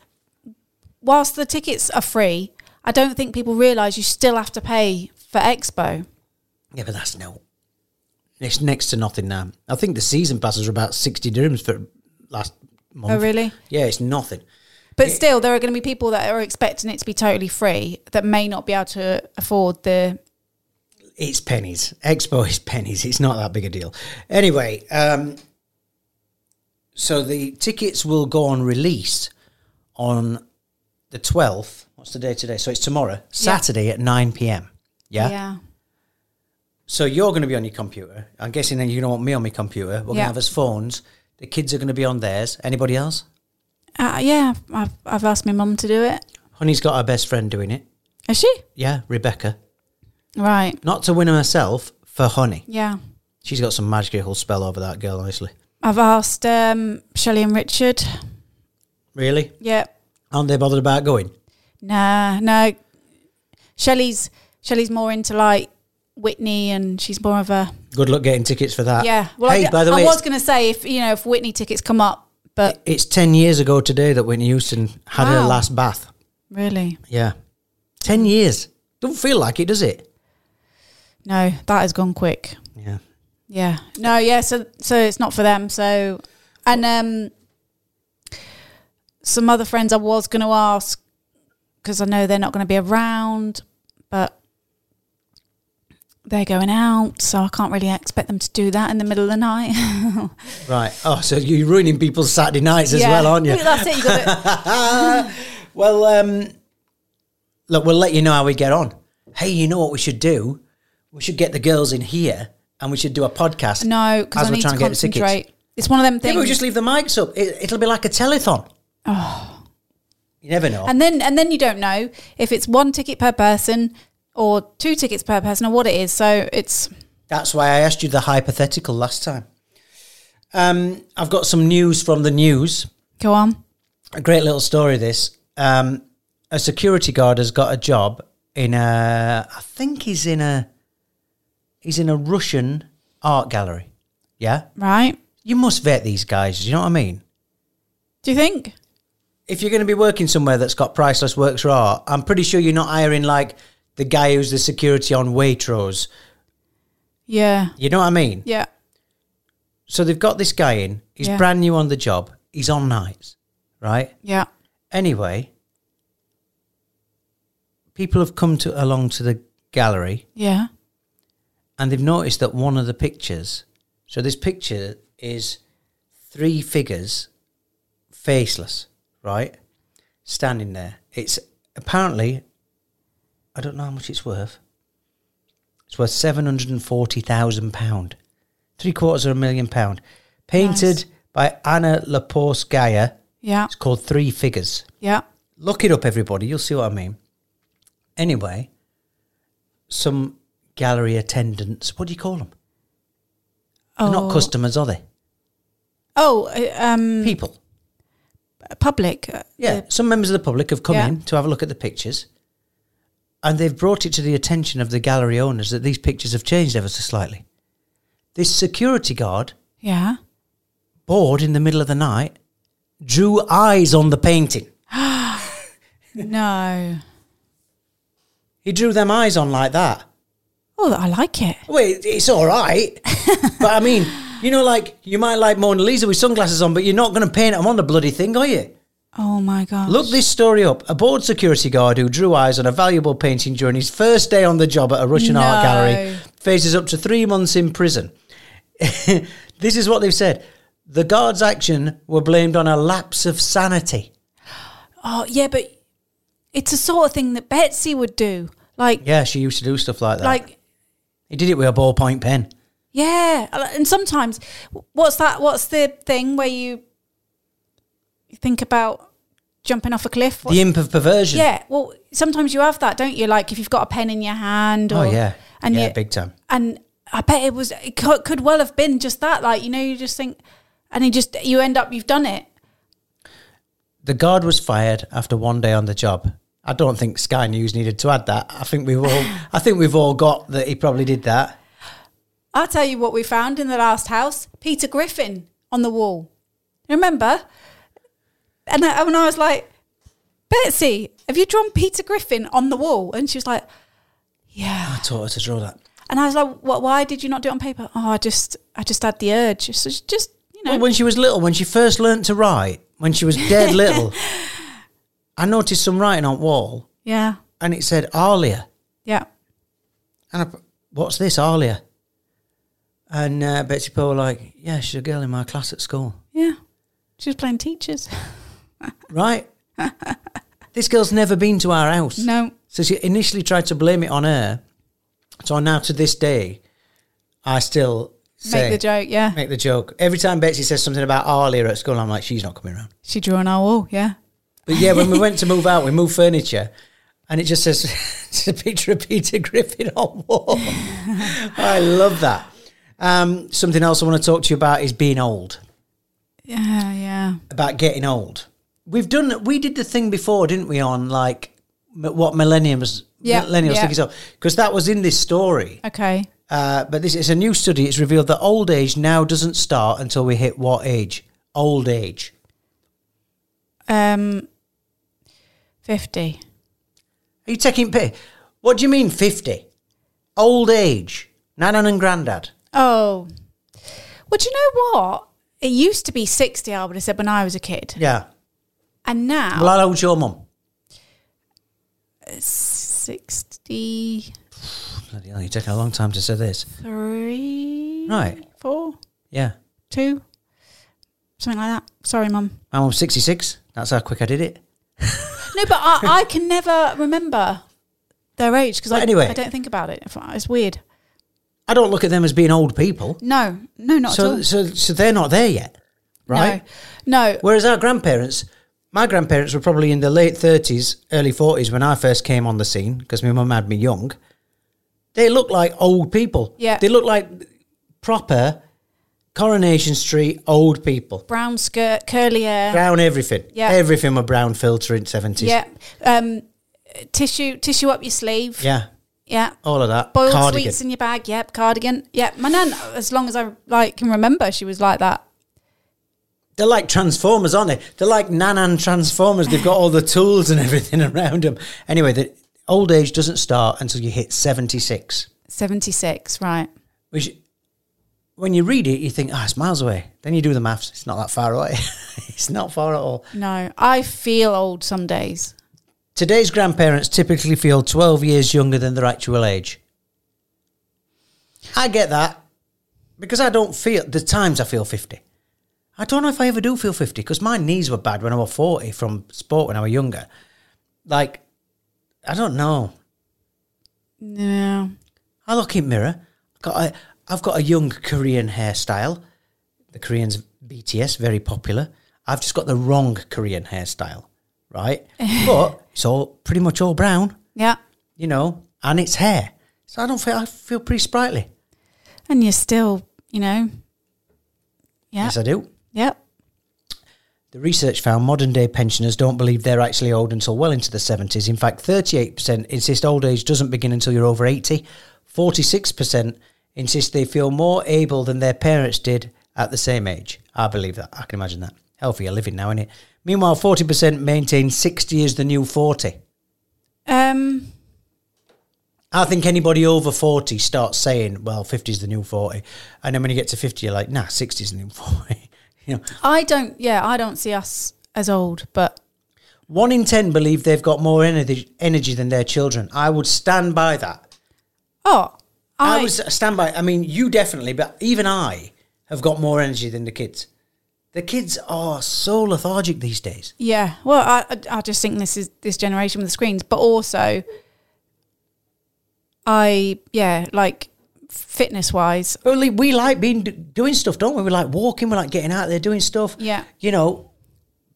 Speaker 7: whilst the tickets are free, I don't think people realise you still have to pay for Expo.
Speaker 6: Yeah, but that's no. It's next to nothing now. I think the season passes were about sixty dirhams for last month.
Speaker 7: Oh, really?
Speaker 6: Yeah, it's nothing.
Speaker 7: But still, there are going to be people that are expecting it to be totally free that may not be able to afford the.
Speaker 6: it's pennies. Expo is pennies. It's not that big a deal. Anyway, um, so the tickets will go on release on the 12th. What's the day today? So it's tomorrow, Saturday at 9 p.m. Yeah? So you're going to be on your computer. I'm guessing then you're going to want me on my computer. We're going to
Speaker 7: Yeah.
Speaker 6: have us phones. The kids are going to be on theirs. Anybody else?
Speaker 7: Uh, yeah, I've, I've asked my mum to do it.
Speaker 6: Honey's got her best friend doing it.
Speaker 7: Is she?
Speaker 6: Yeah, Rebecca.
Speaker 7: Right.
Speaker 6: Not to win herself, for Honey.
Speaker 7: Yeah.
Speaker 6: She's got some magical spell over that girl, honestly.
Speaker 7: I've asked um, Shelley and Richard.
Speaker 6: Really?
Speaker 7: Yeah.
Speaker 6: Aren't they bothered about going?
Speaker 7: Nah, no. Shelley's Shelley's more into like Whitney, and she's more of a
Speaker 6: Good luck getting tickets for that.
Speaker 7: yeah. Well,
Speaker 6: Uh, hey,
Speaker 7: I,
Speaker 6: by the
Speaker 7: I
Speaker 6: way,
Speaker 7: was
Speaker 6: it's,
Speaker 7: going to say if you know if Whitney tickets come up, but
Speaker 6: it's ten years ago today that Whitney Houston had her
Speaker 7: Wow.
Speaker 6: last bath.
Speaker 7: really,
Speaker 6: Yeah, ten years. Don't feel like it, does it?
Speaker 7: no, that has gone quick.
Speaker 6: Yeah.
Speaker 7: Yeah, no, yeah. So so it's not for them. So and um, some other friends I was going to ask because I know they're not going to be around, but. They're going out, so I can't really expect them to do that in the middle of the night.
Speaker 6: Right. Oh, so you're ruining people's Saturday nights as
Speaker 7: Yeah.
Speaker 6: well, aren't you?
Speaker 7: That's it. You got it.
Speaker 6: Well, um, look, we'll let you know how we get on. Hey, you know what we should do? We should get the girls in here and we should do a podcast.
Speaker 7: No,
Speaker 6: as
Speaker 7: because I
Speaker 6: we're
Speaker 7: need
Speaker 6: trying
Speaker 7: to
Speaker 6: to get the tickets.
Speaker 7: concentrate. It's one of them
Speaker 6: Maybe
Speaker 7: things.
Speaker 6: we'll just leave the mics up. It, it'll be like a telethon. Oh. You never know.
Speaker 7: and then and then you don't know if it's one ticket per person or two tickets per person or what it is. So it's
Speaker 6: That's why I asked you the hypothetical last time. Um, I've got some news from the news.
Speaker 7: go on.
Speaker 6: A great little story. This um, a security guard has got a job in a. I think he's in a. He's in a Russian art gallery. Yeah,
Speaker 7: Right?
Speaker 6: you must vet these guys. You know what I mean?
Speaker 7: Do you think?
Speaker 6: If you're going to be working somewhere that's got priceless works of art, I'm pretty sure you're not hiring like the guy who's the security on Waitrose.
Speaker 7: Yeah.
Speaker 6: You know what I mean?
Speaker 7: Yeah.
Speaker 6: So they've got this guy in. He's
Speaker 7: Yeah.
Speaker 6: brand new on the job. He's on nights, right?
Speaker 7: Yeah.
Speaker 6: Anyway, people have come to along to the gallery
Speaker 7: Yeah.
Speaker 6: and they've noticed that one of the pictures. So this picture is three figures, faceless, right, standing there. It's apparently, I don't know how much it's worth. It's worth seven hundred and forty thousand pound, three quarters of a million pound, painted by Anna Laporskaya.
Speaker 7: Yeah.
Speaker 6: It's called Three Figures.
Speaker 7: Yeah.
Speaker 6: Look it up, everybody. You'll see what I mean. Anyway, some gallery attendants. What do you call them? They're not customers, are they?
Speaker 7: Oh, uh, um,
Speaker 6: People.
Speaker 7: public. uh,
Speaker 6: Yeah. Some members of the public have come
Speaker 7: Yeah.
Speaker 6: in to have a look at the pictures, and they've brought it to the attention of the gallery owners that these pictures have changed ever so slightly. This security guard,
Speaker 7: Yeah.
Speaker 6: bored in the middle of the night, drew eyes on the painting.
Speaker 7: No.
Speaker 6: He drew them eyes on like that.
Speaker 7: Oh, I like it.
Speaker 6: Wait, it's all right. but I mean, you know, like you might like Mona Lisa with sunglasses on, but you're not going to paint them on the bloody thing, are you?
Speaker 7: Oh my god.
Speaker 6: Look this story up. A bored security guard who drew eyes on a valuable painting during his first day on the job at a Russian art
Speaker 7: No.
Speaker 6: gallery faces up to three months in prison. this is what they've said. The guard's action were blamed on a lapse of sanity.
Speaker 7: Oh yeah, but it's the sort of thing that Betsy would do. Like,
Speaker 6: Yeah, she used to do stuff like that.
Speaker 7: like
Speaker 6: he did it with a ballpoint pen.
Speaker 7: Yeah, and sometimes what's that? What's the thing where you think about jumping off a cliff. What-
Speaker 6: The imp of perversion.
Speaker 7: yeah. Well, sometimes you have that, don't you? Like if you've got a pen in your hand.
Speaker 6: Oh
Speaker 7: Or,
Speaker 6: yeah.
Speaker 7: And
Speaker 6: yeah,
Speaker 7: you,
Speaker 6: big time.
Speaker 7: and I bet it was it could, could well have been just that. Like you know, you just think, and you just you end up you've done it.
Speaker 6: The guard was fired after one day on the job. I don't think Sky News needed to add that. I think we've all I think we've all got that he probably did that.
Speaker 7: I'll tell you what we found in the last house: Peter Griffin on the wall. Remember? And I, and I was like, Betsy, have you drawn Peter Griffin on the wall? And she was like, Yeah.
Speaker 6: I taught her to draw that.
Speaker 7: And I was like, What? Why did you not do it on paper? Oh, I just I just had the urge. So she just you know,
Speaker 6: Well, when she was little, when she first learnt to write, when she was dead little, I noticed some writing on wall
Speaker 7: yeah,
Speaker 6: and it said Arlia.
Speaker 7: yeah.
Speaker 6: And I, p- what's this, Arlia? And uh, Betsy Poe were like, yeah, she's a girl in my class at school.
Speaker 7: Yeah. She was playing teachers.
Speaker 6: Right? this girl's never been to our house.
Speaker 7: No.
Speaker 6: So she initially tried to blame it on her. So now to this day, I still say,
Speaker 7: Make the joke, yeah.
Speaker 6: Make the joke. Every time Betsy says something about Arlia at school, I'm like, she's not coming around.
Speaker 7: She drew on our wall, yeah.
Speaker 6: But yeah, when we went to move out, we moved furniture, and it just says it's a picture of Peter Griffin on wall. I love that. Um, something else I want to talk to you about is being old,
Speaker 7: Yeah, yeah.
Speaker 6: about getting old. We've done we did the thing before, didn't we? On like m- what millennials
Speaker 7: Yeah,
Speaker 6: millennials
Speaker 7: yeah.
Speaker 6: think is old because that was in this story.
Speaker 7: Okay.
Speaker 6: Uh, but this is a new study. It's revealed that old age now doesn't start until we hit what age? Old age.
Speaker 7: Um 50.
Speaker 6: Are you taking pay? What do you mean fifty? Old age, nanan and grandad.
Speaker 7: Oh. Well, do you know what? It used to be 60, I would have said, when I was a kid.
Speaker 6: Yeah.
Speaker 7: And now
Speaker 6: Well, I'll hold your mum.
Speaker 7: it's 63,
Speaker 6: Bloody hell, you're taking a long time to say this. Right.
Speaker 7: 4,
Speaker 6: Yeah.
Speaker 7: 2, something like that. Sorry, Mum.
Speaker 6: My mum's 66. That's how quick I did it.
Speaker 7: No, but I, I can never remember their age because I,
Speaker 6: But anyway.
Speaker 7: I don't think about it. If I- It's weird.
Speaker 6: I don't look at them as being old people.
Speaker 7: No, no, not at
Speaker 6: So,
Speaker 7: all.
Speaker 6: so, so they're not there yet, right?
Speaker 7: No, no.
Speaker 6: Whereas our grandparents, my grandparents were probably in the late 30s, early 40s when I first came on the scene because my mum had me young. They look like old people.
Speaker 7: Yeah.
Speaker 6: They look like proper Coronation Street old people.
Speaker 7: brown skirt, curly hair.
Speaker 6: Brown everything.
Speaker 7: Yeah.
Speaker 6: Everything with brown filter in 70s.
Speaker 7: Yeah. Um, tissue, tissue up your sleeve.
Speaker 6: Yeah.
Speaker 7: Yeah.
Speaker 6: All of that.
Speaker 7: Boiled
Speaker 6: Cardigan.
Speaker 7: sweets in your bag. Yep. Cardigan. Yep. My nan, as long as I like can remember, she was like that.
Speaker 6: They're like Transformers, aren't they? They're like Nanan Transformers. They've got all the tools and everything around them. Anyway, the old age doesn't start until you hit 76,
Speaker 7: Seventy six. Right.
Speaker 6: which when you read it, you think, ah, it's miles away. Then you do the maths. It's not that far away. it's not far at all.
Speaker 7: No, I feel old some days.
Speaker 6: Today's grandparents typically feel 12 years younger than their actual age. I get that because I don't feel, the times I feel 50. I don't know if I ever do feel 50 because my knees were bad when I was 40 from sport when I was younger. Like, I don't know.
Speaker 7: No.
Speaker 6: I look in mirror. Got a, I've got a young Korean hairstyle. The Koreans, BTS, very popular. I've just got the wrong Korean hairstyle, right? but it's all pretty much all brown
Speaker 7: Yeah.
Speaker 6: you know, and it's hair. So I don't feel I feel pretty sprightly.
Speaker 7: And you're still, you know. Yeah.
Speaker 6: Yes, I do.
Speaker 7: Yep.
Speaker 6: The research found modern day pensioners don't believe they're actually old until well into the 70s. In fact, 38% insist old age doesn't begin until you're over 80. 46% insist they feel more able than their parents did at the same age. I believe that. I can imagine that. Healthier living now, innit? Meanwhile, 40% maintain 60 is the new 40.
Speaker 7: Um.
Speaker 6: I think anybody over 40 starts saying, well, 50 is the new 40. And then when you get to 50, you're like, nah, 60 is the new 40. you know,
Speaker 7: I don't. Yeah. I don't see us as old, but
Speaker 6: one in 10 believe they've got more energy, energy than their children. I would stand by that.
Speaker 7: oh,
Speaker 6: I,
Speaker 7: I,
Speaker 6: would stand by, I mean, you definitely, but even I have got more energy than the kids. The kids are so lethargic these days.
Speaker 7: Yeah, well, I I- I just think this is this generation with the screens, but also, I yeah, like fitness wise,
Speaker 6: Only we like being doing stuff, don't we? We like walking, we like getting out there doing stuff.
Speaker 7: Yeah.
Speaker 6: You know,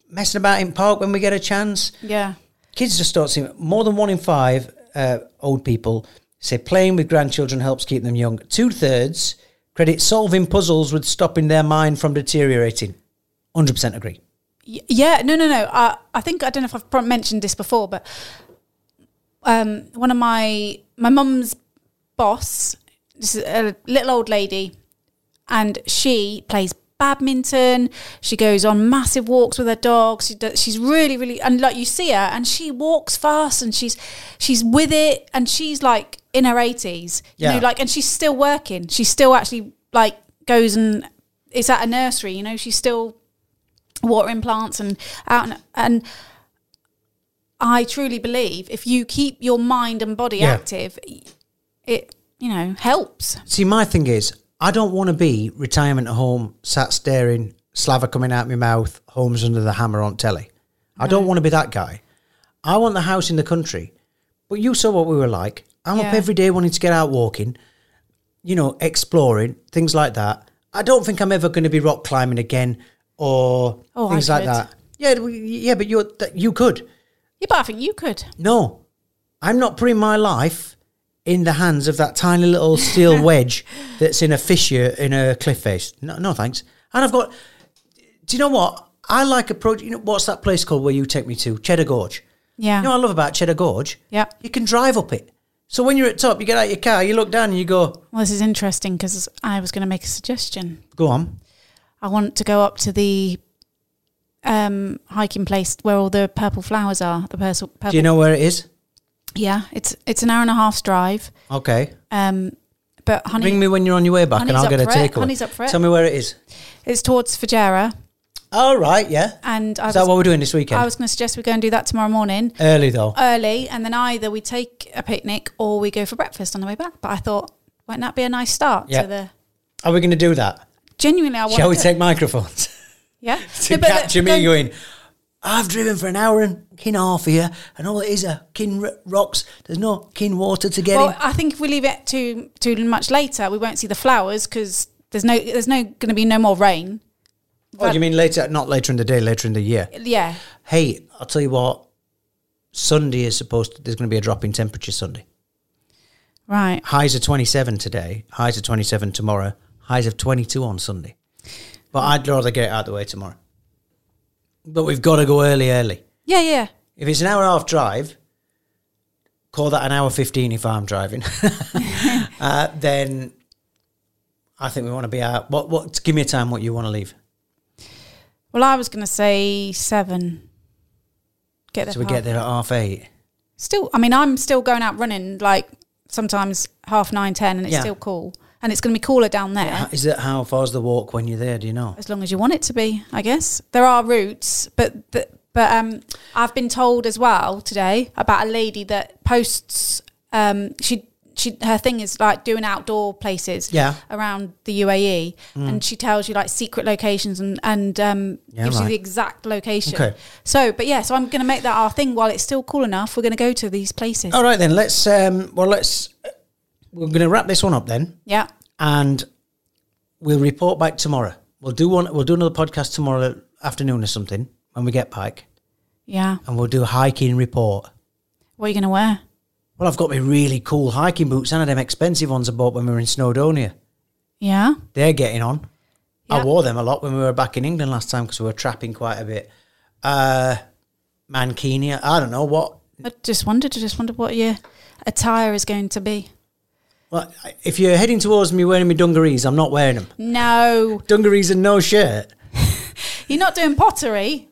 Speaker 6: messing about in park when we get a chance.
Speaker 7: Yeah.
Speaker 6: Kids just don't seem more than one in five uh, old people say playing with grandchildren helps keep them young. Two thirds credit solving puzzles with stopping their mind from deteriorating. Hundred percent agree.
Speaker 7: Y- Yeah, no, no, no. I, I think I don't know if I've pro- mentioned this before, but um, one of my my mum's boss, this is a little old lady, and she plays badminton. She goes on massive walks with her dog. She does, she's really, really, and like you see her, and she walks fast, and she's she's with it, and she's like in her eighties, you
Speaker 6: Yeah.
Speaker 7: know, like, and she's still working. She still actually like goes and it's at a nursery, you know. She's still watering plants and out and, and I truly believe if you keep your mind and body
Speaker 6: Yeah.
Speaker 7: active, it you know helps.
Speaker 6: See, my thing is, I don't want to be retirement at home, sat staring, slaver coming out my mouth, Holmes under the hammer on telly. I don't want to be that guy. I want the house in the country. But you saw what we were like. I'm
Speaker 7: Yeah.
Speaker 6: up every day wanting to get out walking, you know, exploring, things like that. I don't think I'm ever going to be rock climbing again or
Speaker 7: Oh, I
Speaker 6: things like
Speaker 7: could.
Speaker 6: that. Yeah, well, yeah, but you're, th- you could.
Speaker 7: Yeah, but I think you could.
Speaker 6: No, I'm not putting my life in the hands of that tiny little steel wedge that's in a fissure in a cliff face. No, no, thanks. And I've got. Do you know what I like? Approach. You know what's that place called where you take me to? Cheddar Gorge.
Speaker 7: Yeah,
Speaker 6: You know what I love about Cheddar Gorge.
Speaker 7: yeah.
Speaker 6: You can drive up it. So when you're at top, you get out your car, you look down, and you go,
Speaker 7: Well, this is interesting because I was going to make a suggestion.
Speaker 6: "Go on."
Speaker 7: I want to go up to the um, hiking place where all the purple flowers are. The purple, purple.
Speaker 6: Do you know where it is?
Speaker 7: Yeah, it's it's an hour and a half's drive.
Speaker 6: Okay.
Speaker 7: Um, but honey,
Speaker 6: Ring me when you're on your way back, and
Speaker 7: Honey's
Speaker 6: I'll
Speaker 7: up
Speaker 6: get a
Speaker 7: for it.
Speaker 6: takeaway.
Speaker 7: Honey's up for it.
Speaker 6: Tell me where it is.
Speaker 7: it's towards Fajera,
Speaker 6: All right. Yeah.
Speaker 7: and I
Speaker 6: Is
Speaker 7: was,
Speaker 6: that what we're doing this weekend?
Speaker 7: I was going to suggest we go and do that tomorrow morning.
Speaker 6: Early though.
Speaker 7: early and then either we take a picnic or we go for breakfast on the way back. But I thought, won't that be a nice start
Speaker 6: Yeah.
Speaker 7: to the
Speaker 6: Are we going to do that?
Speaker 7: genuinely I want
Speaker 6: Shall we
Speaker 7: to
Speaker 6: take microphones
Speaker 7: yeah
Speaker 6: to
Speaker 7: No, but
Speaker 6: capture
Speaker 7: then-
Speaker 6: me going? I've driven for an hour and kin half here, and all it is are kin r- rocks. There's no kin water to get
Speaker 7: Well,
Speaker 6: in.
Speaker 7: I think if we leave it too too much later, we won't see the flowers because there's no there's no going to be no more rain.
Speaker 6: Oh, you mean later? Not later in the day, later in the year.
Speaker 7: Yeah,
Speaker 6: Hey, I'll tell you what. Sunday is supposed. To, there's going to be a drop in temperature Sunday.
Speaker 7: right.
Speaker 6: Highs of 27 today. Highs of 27 tomorrow. Highs of 22 on Sunday. But I'd rather get it out of the way tomorrow. But we've got to go early, early.
Speaker 7: Yeah, yeah.
Speaker 6: If it's an hour and a half drive, call that an hour 15 if I'm driving, uh, then I think we want to be out. What, what, give me a time what you want to leave.
Speaker 7: Well, I was going to say seven. Get there.
Speaker 6: So we
Speaker 7: half-
Speaker 6: get there at half eight.
Speaker 7: Still, I mean, I'm still going out running like sometimes half nine ten, and it's
Speaker 6: Yeah.
Speaker 7: still cool, and it's going to be cooler down there.
Speaker 6: How- Is that how far's the walk when you're there? Do you know?
Speaker 7: as long as you want it to be, I guess. There are routes, but th- but um, I've been told as well today about a lady that posts um, she she her thing is like doing outdoor places
Speaker 6: Yeah. Hmm.
Speaker 7: around the UAE, and she tells you like secret locations and and um,
Speaker 6: Yeah,
Speaker 7: gives
Speaker 6: right.
Speaker 7: you the exact location.
Speaker 6: Okay.
Speaker 7: So, but yeah, so I'm going to make that our thing while it's still cool enough. We're going to go to these places.
Speaker 6: All right, then. Let's, um, well, let's, we're going to wrap this one up then
Speaker 7: Yeah.
Speaker 6: and we'll report back tomorrow. We'll do one, we'll do another podcast tomorrow afternoon or something when we get back
Speaker 7: Yeah.
Speaker 6: and we'll do a hiking report.
Speaker 7: What are you going to wear?
Speaker 6: Well, I've got my really cool hiking boots and them expensive ones I bought when we were in Snowdonia.
Speaker 7: Yeah.
Speaker 6: They're getting on. I
Speaker 7: Yeah.
Speaker 6: wore them a lot when we were back in England last time because we were trapping quite a bit. Uh, Mankini, I don't know what.
Speaker 7: I just wondered. I just wondered what your attire is going to be.
Speaker 6: Well, if you're heading towards me wearing my dungarees, I'm not wearing them.
Speaker 7: No.
Speaker 6: Dungarees and no shirt.
Speaker 7: You're not doing pottery.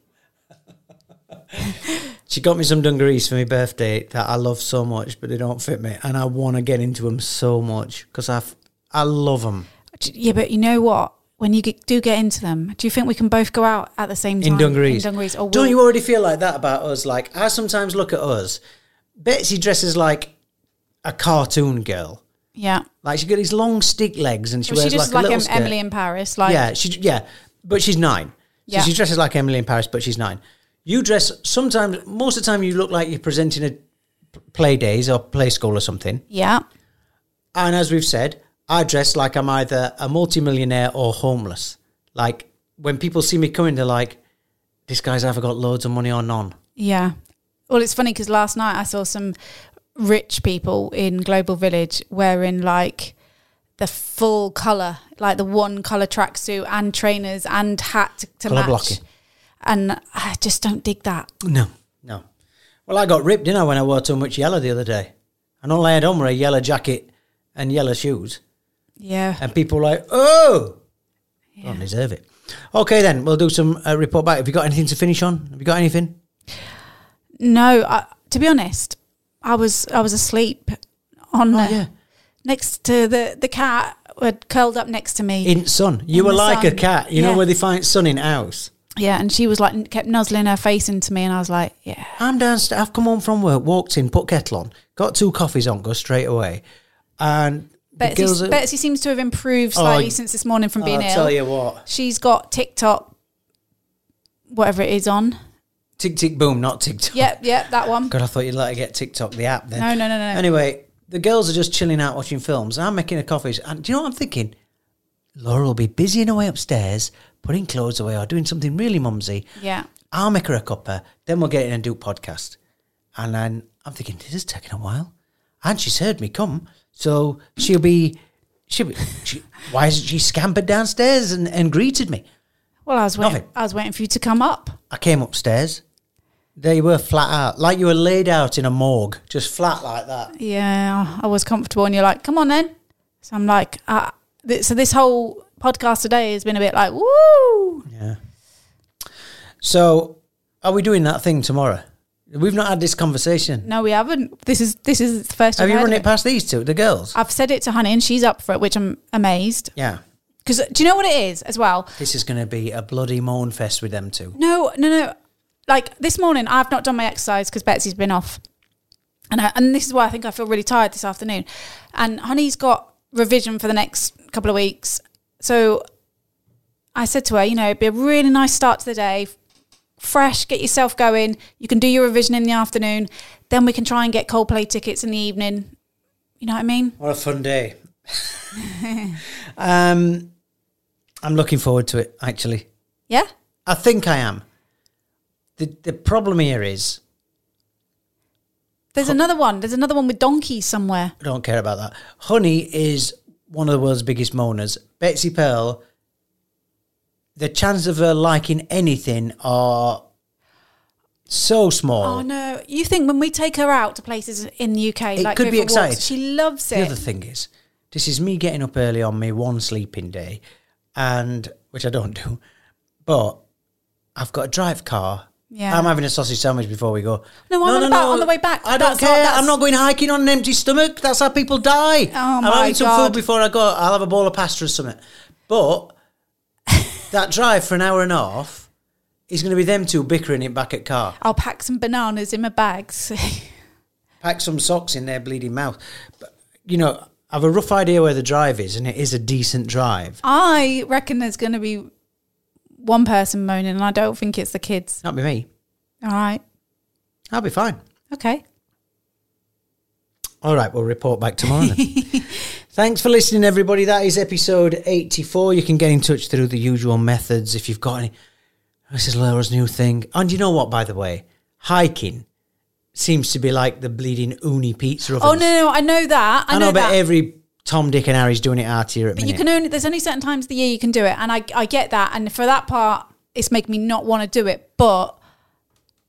Speaker 6: She got me some dungarees for my birthday that I love so much, but they don't fit me, and I want to get into them so much because I, f- I love them
Speaker 7: Yeah, but you know what? When you get, do get into them, do you think we can both go out at the same time
Speaker 6: in dungarees.
Speaker 7: In dungarees, or
Speaker 6: don't
Speaker 7: we'll-
Speaker 6: you already feel like that about us? Like I sometimes look at us. Betsy dresses like a cartoon girl.
Speaker 7: Yeah,
Speaker 6: Like she got these long stick legs, and she
Speaker 7: well, she
Speaker 6: wears
Speaker 7: just
Speaker 6: like,
Speaker 7: like,
Speaker 6: a little
Speaker 7: um,
Speaker 6: skirt.
Speaker 7: Emily in Paris. Like,
Speaker 6: yeah, she yeah, but she's nine. So
Speaker 7: Yeah.
Speaker 6: she dresses like Emily in Paris, but she's nine. You dress sometimes. Most of the time, you look like you're presenting a p- play days or play school or something.
Speaker 7: yeah,
Speaker 6: And as we've said, I dress like I'm either a multimillionaire or homeless. Like when people see me coming, they're like, this guy's either got loads of money or none.
Speaker 7: Yeah. Well, it's funny because last night I saw some rich people in Global Village wearing like the full color, like the one color tracksuit and trainers and hat to, to
Speaker 6: Colour
Speaker 7: match.
Speaker 6: blocking.
Speaker 7: And I just don't dig that.
Speaker 6: No, no. Well, I got ripped, didn't I, when I wore too much yellow the other day? And all I had on were a yellow jacket and yellow shoes.
Speaker 7: Yeah.
Speaker 6: And people were like, oh, don't deserve it. Okay, then, we'll do some uh, report back. Have you got anything to finish on? Have you got anything?
Speaker 7: No, I, to be honest, I was I was asleep on uh,
Speaker 6: Oh, yeah.
Speaker 7: next to the the cat had curled up next to me.
Speaker 6: In sun. You
Speaker 7: In
Speaker 6: were
Speaker 7: the
Speaker 6: like a
Speaker 7: sun.
Speaker 6: cat. You know
Speaker 7: Yeah.
Speaker 6: where they find sun in house?
Speaker 7: yeah, and she was like kept nuzzling her face into me, and I was like, yeah,
Speaker 6: I'm downstairs. I've come home from work, walked in, put kettle on, got two coffees on, go straight away. And the
Speaker 7: Betsy,
Speaker 6: girls are-
Speaker 7: Betsy seems to have improved
Speaker 6: Oh,
Speaker 7: slightly
Speaker 6: I-
Speaker 7: since this morning from being
Speaker 6: I'll
Speaker 7: ill.
Speaker 6: tell you what.
Speaker 7: She's got TikTok, whatever it is on.
Speaker 6: Tick, tick, boom, not TikTok.
Speaker 7: Yep, yep, that one.
Speaker 6: God, I thought you'd like to get TikTok, the app then.
Speaker 7: No, no, no, no.
Speaker 6: Anyway, the girls are just chilling out watching films. I'm making the coffees. And do you know what I'm thinking? Laura will be busy in her way upstairs, putting clothes away or doing something really mumsy.
Speaker 7: Yeah,
Speaker 6: I'll make her a cuppa, then we'll get in and do podcast. And then I'm thinking, this is taking a while. And she's heard me come. So she'll be, she'll be, she, why hasn't she scampered downstairs and, and greeted me?
Speaker 7: well, I was waiting.
Speaker 6: Nothing.
Speaker 7: I was waiting for you to come up.
Speaker 6: I came upstairs. They were flat out, like you were laid out in a morgue, just flat like that.
Speaker 7: Yeah, I was comfortable, and you're like, "Come on, then." So I'm like, uh, th- "So this whole podcast today has been a bit like, woo."
Speaker 6: Yeah. So, are we doing that thing tomorrow? We've not had this conversation.
Speaker 7: No, we haven't. This is this is the first.
Speaker 6: Have
Speaker 7: you've
Speaker 6: you
Speaker 7: heard
Speaker 6: run
Speaker 7: of
Speaker 6: it past these two, the girls?
Speaker 7: I've said it to Honey, and she's up for it, which I'm amazed.
Speaker 6: yeah.
Speaker 7: Because do you know what it is as well?
Speaker 6: This is going to be a bloody moan fest with them two.
Speaker 7: No, no, no. Like this morning, I've not done my exercise because Betsy's been off, and I, and this is why I think I feel really tired this afternoon. And Honey's got revision for the next couple of weeks, so I said to her, you know, it'd be a really nice start to the day, fresh, get yourself going. You can do your revision in the afternoon, then we can try and get Coldplay tickets in the evening. You know what I mean?
Speaker 6: What a fun day. um, I'm looking forward to it, actually.
Speaker 7: Yeah.
Speaker 6: I think I am. The, the problem here is,
Speaker 7: There's another one. There's another one with donkeys somewhere.
Speaker 6: I don't care about that. Honey is one of the world's biggest moaners. Betsy Pearl, the chance of her liking anything are so small.
Speaker 7: Oh no! You think when we take her out to places in the UK,
Speaker 6: It
Speaker 7: like
Speaker 6: could
Speaker 7: go
Speaker 6: be
Speaker 7: for walks,
Speaker 6: exciting.
Speaker 7: she loves
Speaker 6: The other
Speaker 7: it.
Speaker 6: thing is, this is me getting up early on my one sleeping day, and which I don't do, but I've got a drive car.
Speaker 7: Yeah.
Speaker 6: I'm having a sausage sandwich before we go.
Speaker 7: No, I'm on about- on the way back.
Speaker 6: I don't
Speaker 7: That's not-
Speaker 6: care.
Speaker 7: that's-
Speaker 6: I'm not going hiking on an empty stomach. That's how people die.
Speaker 7: Oh,
Speaker 6: I'm
Speaker 7: my
Speaker 6: having some
Speaker 7: God.
Speaker 6: food before I go. I'll have a bowl of pasta or something. But that drive for an hour and a half is going to be them two bickering it back at car.
Speaker 7: I'll pack some bananas in my bags.
Speaker 6: pack some socks in their bleeding mouth. But, you know, I've a rough idea where the drive is, and it is a decent drive.
Speaker 7: I reckon there's going to be one person moaning, and I don't think it's the kids.
Speaker 6: Not be me.
Speaker 7: All right.
Speaker 6: I'll be fine.
Speaker 7: Okay.
Speaker 6: All right, we'll report back tomorrow. then. Thanks for listening, everybody. That is episode 84. You can get in touch through the usual methods if you've got any. This is Laura's new thing. And you know what, by the way? Hiking seems to be like the bleeding uni pizza ovens.
Speaker 7: Oh no, no, I know that. I,
Speaker 6: I
Speaker 7: know,
Speaker 6: know, but
Speaker 7: that.
Speaker 6: every Tom, Dick, and Harry's doing it out here at
Speaker 7: but you
Speaker 6: minute.
Speaker 7: can only there's only certain times of the year you can do it, and I I get that, and for that part, it's making me not want to do it, but.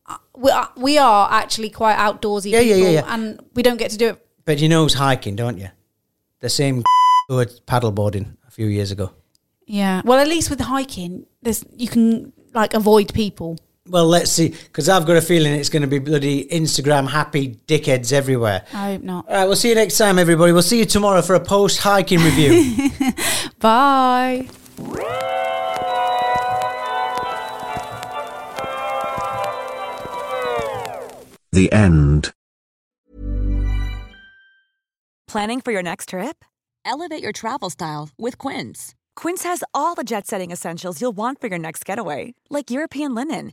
Speaker 7: uh, We are, we are actually quite outdoorsy
Speaker 6: Yeah, yeah,
Speaker 7: people,
Speaker 6: yeah, yeah.
Speaker 7: and we don't get to do it
Speaker 6: But you know who's hiking, don't you? The same who was paddleboarding a few years ago.
Speaker 7: Yeah. Well, at least with hiking, there's you can like avoid people.
Speaker 6: Well, let's see, because I've got a feeling it's going to be bloody Instagram happy dickheads everywhere.
Speaker 7: I hope not.
Speaker 6: All right, we'll see you next time, everybody. We'll see you tomorrow for a post hiking review.
Speaker 7: Bye.
Speaker 8: The end.
Speaker 9: Planning for your next trip? Elevate your travel style with Quince. Quince has all the jet setting essentials you'll want for your next getaway, like European linen,